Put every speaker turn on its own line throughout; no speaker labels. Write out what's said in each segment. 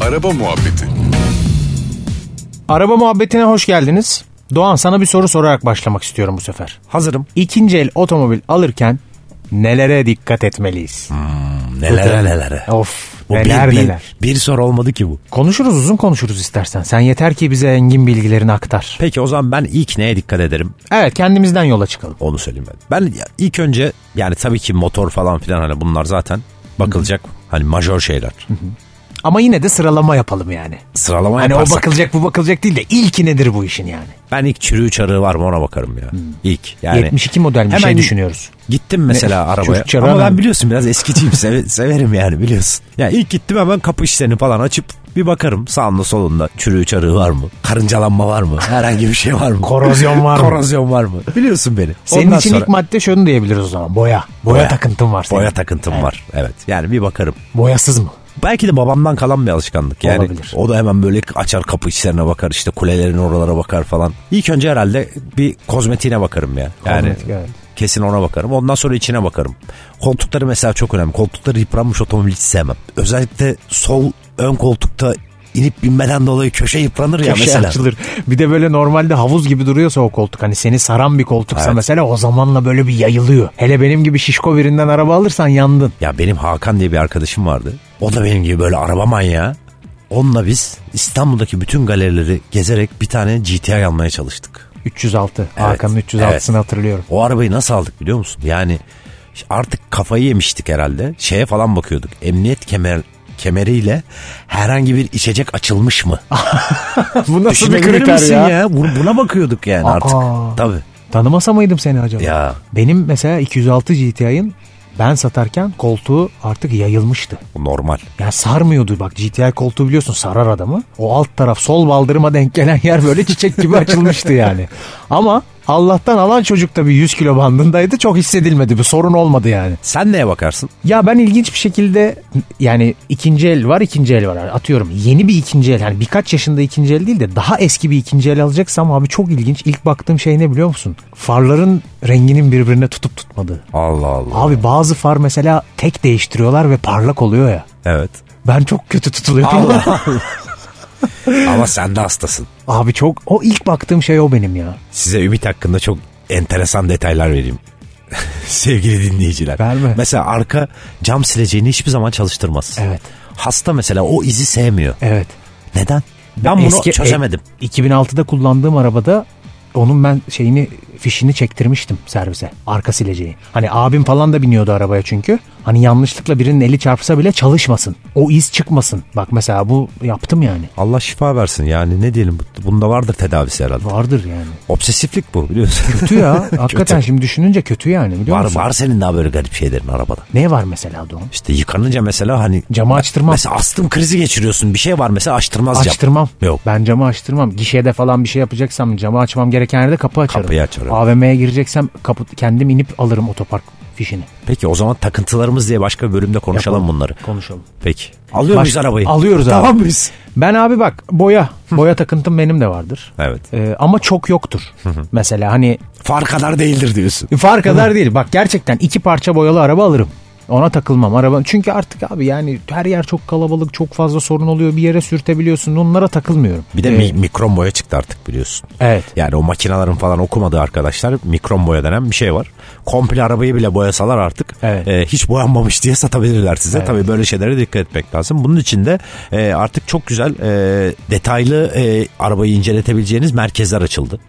Araba muhabbeti.
Araba muhabbetine hoş geldiniz. Doğan sana bir soru sorarak başlamak istiyorum bu sefer.
Hazırım.
İkinci el otomobil alırken nelere dikkat etmeliyiz?
Hmm. Nelere nelere.
Of
Bu
neler
bir, bir,
neler.
bir soru olmadı ki bu.
Konuşuruz uzun konuşuruz istersen. Sen yeter ki bize engin bilgilerini aktar.
Peki o zaman ben ilk neye dikkat ederim?
Evet kendimizden yola çıkalım.
Onu söyleyeyim ben. Ben ya- ilk önce yani tabii ki motor falan filan hani bunlar zaten bakılacak hani majör şeyler.
Ama yine de sıralama yapalım yani.
Sıralama
Hani o
yaparsak
bakılacak bu bakılacak değil de ilki nedir bu işin yani.
ben ilk çürüğü çarığı var mı ona bakarım ya. İlk yani.
72 Hmm. model bir
Hani Hemen
şey düşünüyoruz.
Gittim mesela
Ne?
arabaya.
Çocuk çarığı
Ama ben
hemen-
biliyorsun biraz eskiciyim. Seve- severim yani biliyorsun. Ya ilk gittim hemen kapı işlerini falan açıp bir bakarım sağında solunda çürüğü çarığı var mı? Karıncalanma var mı? Herhangi bir şey var mı?
Korozyon var mı?
Korozyon var mı? Biliyorsun beni.
Senin
Ondan
için
sonra-
ilk madde şunu diyebiliriz o zaman. Boya. Boya, takıntın var senin.
Boya takıntım var. Evet. Yani bir bakarım.
Boyasız mı?
Belki de babamdan kalan bir alışkanlık yani.
Olabilir.
O da hemen böyle açar kapı içlerine bakar işte kulelerin oralara bakar falan. İlk önce herhalde bir kozmetiğine bakarım ya. Yani
Kozmetik, evet.
kesin ona bakarım. Ondan sonra içine bakarım. Koltukları mesela çok önemli. Koltukları yıpranmış otomobil hiç sevmem. Özellikle sol ön koltukta inip binmeden dolayı köşe yıpranır ya
Köşe
mesela.
açılır. Bir de böyle normalde havuz gibi duruyorsa o koltuk hani seni saran bir koltuksa
Evet.
mesela o zamanla böyle bir yayılıyor. Hele benim gibi şişko birinden araba alırsan yandın.
Ya benim Hakan diye bir arkadaşım vardı. O da benim gibi böyle araba manyağı. Onunla biz İstanbul'daki bütün galerileri gezerek bir tane GTI almaya çalıştık.
306.
Evet,
Hakan'ın 306'sını
evet.
hatırlıyorum.
O arabayı nasıl aldık biliyor musun? Yani artık kafayı yemiştik herhalde. Şeye falan bakıyorduk. Emniyet kemer kemeriyle herhangi bir içecek açılmış mı?
Bu nasıl bir
Düşünebilir
kriter
misin
ya?
Bu- Buna bakıyorduk yani artık.
Aa.
Tabii.
Tanımasa mıydım seni acaba?
Ya.
Benim mesela 206 GTI'ın ben satarken koltuğu artık yayılmıştı.
Bu normal.
Ya sarmıyordu bak GTI koltuğu biliyorsun sarar adamı. O alt taraf sol baldırıma denk gelen yer böyle çiçek gibi açılmıştı yani. Ama Allah'tan alan çocuk tabii 100 kilo bandındaydı çok hissedilmedi bir sorun olmadı yani.
Sen neye bakarsın?
Ya ben ilginç bir şekilde yani ikinci el var ikinci el var atıyorum yeni bir ikinci el hani birkaç yaşında ikinci el değil de daha eski bir ikinci el alacaksam abi çok ilginç ilk baktığım şey ne biliyor musun? Farların renginin birbirine tutup tutmadığı.
Allah Allah.
Abi bazı far mesela tek değiştiriyorlar ve parlak oluyor ya.
Evet.
Ben çok kötü tutuluyorum.
Ama sen de hastasın.
Abi çok o ilk baktığım şey o benim ya.
Size Ümit hakkında çok enteresan detaylar vereyim. Sevgili dinleyiciler.
Verme.
Mesela arka cam sileceğini hiçbir zaman çalıştırmaz.
Evet.
Hasta mesela o izi sevmiyor.
Evet.
Neden? Ben bunu
Eski-
çözemedim.
e, 2006'da kullandığım arabada onun ben şeyini fişini çektirmiştim servise. Arka sileceği. Hani abim falan da biniyordu arabaya çünkü. Hani yanlışlıkla birinin eli çarpsa bile çalışmasın. O iz çıkmasın. Bak mesela bu yaptım yani.
Allah şifa versin yani ne diyelim bu- bunda vardır tedavisi herhalde.
Vardır yani.
Obsesiflik bu biliyorsun.
Kötü ya. Hakikaten şimdi düşününce kötü yani biliyor
var
musun?
var senin daha böyle garip şeylerin arabada.
Ne var mesela Doğan?
İşte yıkanınca mesela hani
Camı açtırmam.
mesela astım krizi geçiriyorsun bir şey var mesela açtırmaz cam.
Açtırmam.
Yok.
Ben camı açtırmam. Gişede falan bir şey yapacaksam camı açmam gereken yerde kapı açarım.
Kapıyı açarım.
AVM'ye gireceksem kapı kendim inip alırım otopark fişini.
Peki o zaman takıntılarımız diye başka bir bölümde konuşalım
Yapalım.
bunları.
Konuşalım.
Peki. Alıyor muyuz
Baş-
arabayı?
Alıyoruz abi.
Tamam mıyız?
Ben abi bak boya. Boya takıntım benim de vardır.
Evet.
Ee, ama çok yoktur. Mesela hani
Far kadar değildir diyorsun.
Far kadar değil. Bak gerçekten iki parça boyalı araba alırım. Ona takılmam araba. Çünkü artık abi yani her yer çok kalabalık, çok fazla sorun oluyor. Bir yere sürtebiliyorsun. Onlara takılmıyorum.
Bir de
Ee,
mi- mikron boya çıktı artık biliyorsun.
Evet.
Yani o makinelerin falan okumadığı arkadaşlar mikron boya denen bir şey var. Komple arabayı bile boyasalar artık
Evet.
e, hiç boyanmamış diye satabilirler size. Tabii böyle şeylere dikkat etmek lazım. Bunun için de e, artık çok güzel e, detaylı e, arabayı inceletebileceğiniz merkezler açıldı.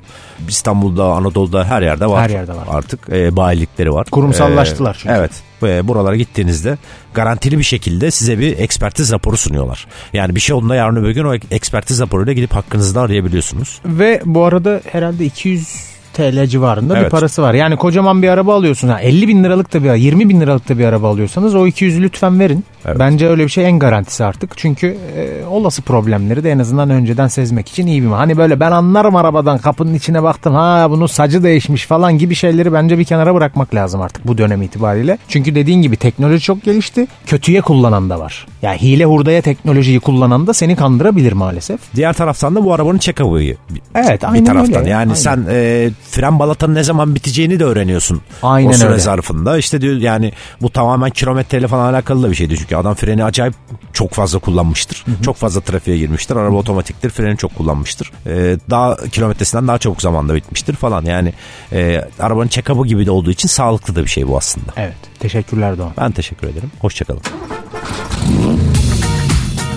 İstanbul'da, Anadolu'da her yerde var.
Her yerde var.
Artık e, bayilikleri var.
Kurumsallaştılar
E,
çünkü.
Evet. E, buralara gittiğinizde garantili bir şekilde size bir ekspertiz raporu sunuyorlar. Yani bir şey olduğunda yarın öbür gün o ekspertiz raporuyla gidip hakkınızda arayabiliyorsunuz.
Ve bu arada herhalde 200 TL civarında bir
Evet.
parası var. Yani kocaman bir araba alıyorsun. Ha, 50 bin liralık da bir 20 bin liralık da bir araba alıyorsanız o 200'ü lütfen verin.
Evet.
Bence öyle bir şey en garantisi artık. Çünkü e, olası problemleri de en azından önceden sezmek için iyi bir Hani böyle ben anlarım arabadan kapının içine baktım ha bunun sacı değişmiş falan gibi şeyleri bence bir kenara bırakmak lazım artık bu dönem itibariyle. Çünkü dediğin gibi teknoloji çok gelişti. Kötüye kullanan da var. Yani hile hurdaya teknolojiyi kullanan da seni kandırabilir maalesef.
Diğer taraftan da bu arabanın check-up'ı bir-
Evet,
bir
aynen
taraftan.
öyle.
Yani
Aynen.
sen e, fren balatanın ne zaman biteceğini de öğreniyorsun.
Aynen
o süre
öyle.
zarfında. İşte diyor yani bu tamamen kilometreyle falan alakalı da bir şeydi. Çünkü çünkü. Adam freni acayip çok fazla kullanmıştır. Çok fazla trafiğe girmiştir. Araba otomatiktir. Freni çok kullanmıştır. Ee, daha kilometresinden daha çabuk zamanda bitmiştir falan. Yani e, arabanın check-up'ı gibi de olduğu için sağlıklı da bir şey bu aslında.
Evet. Teşekkürler Doğan.
Ben teşekkür ederim. Hoşçakalın.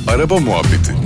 Araba Muhabbeti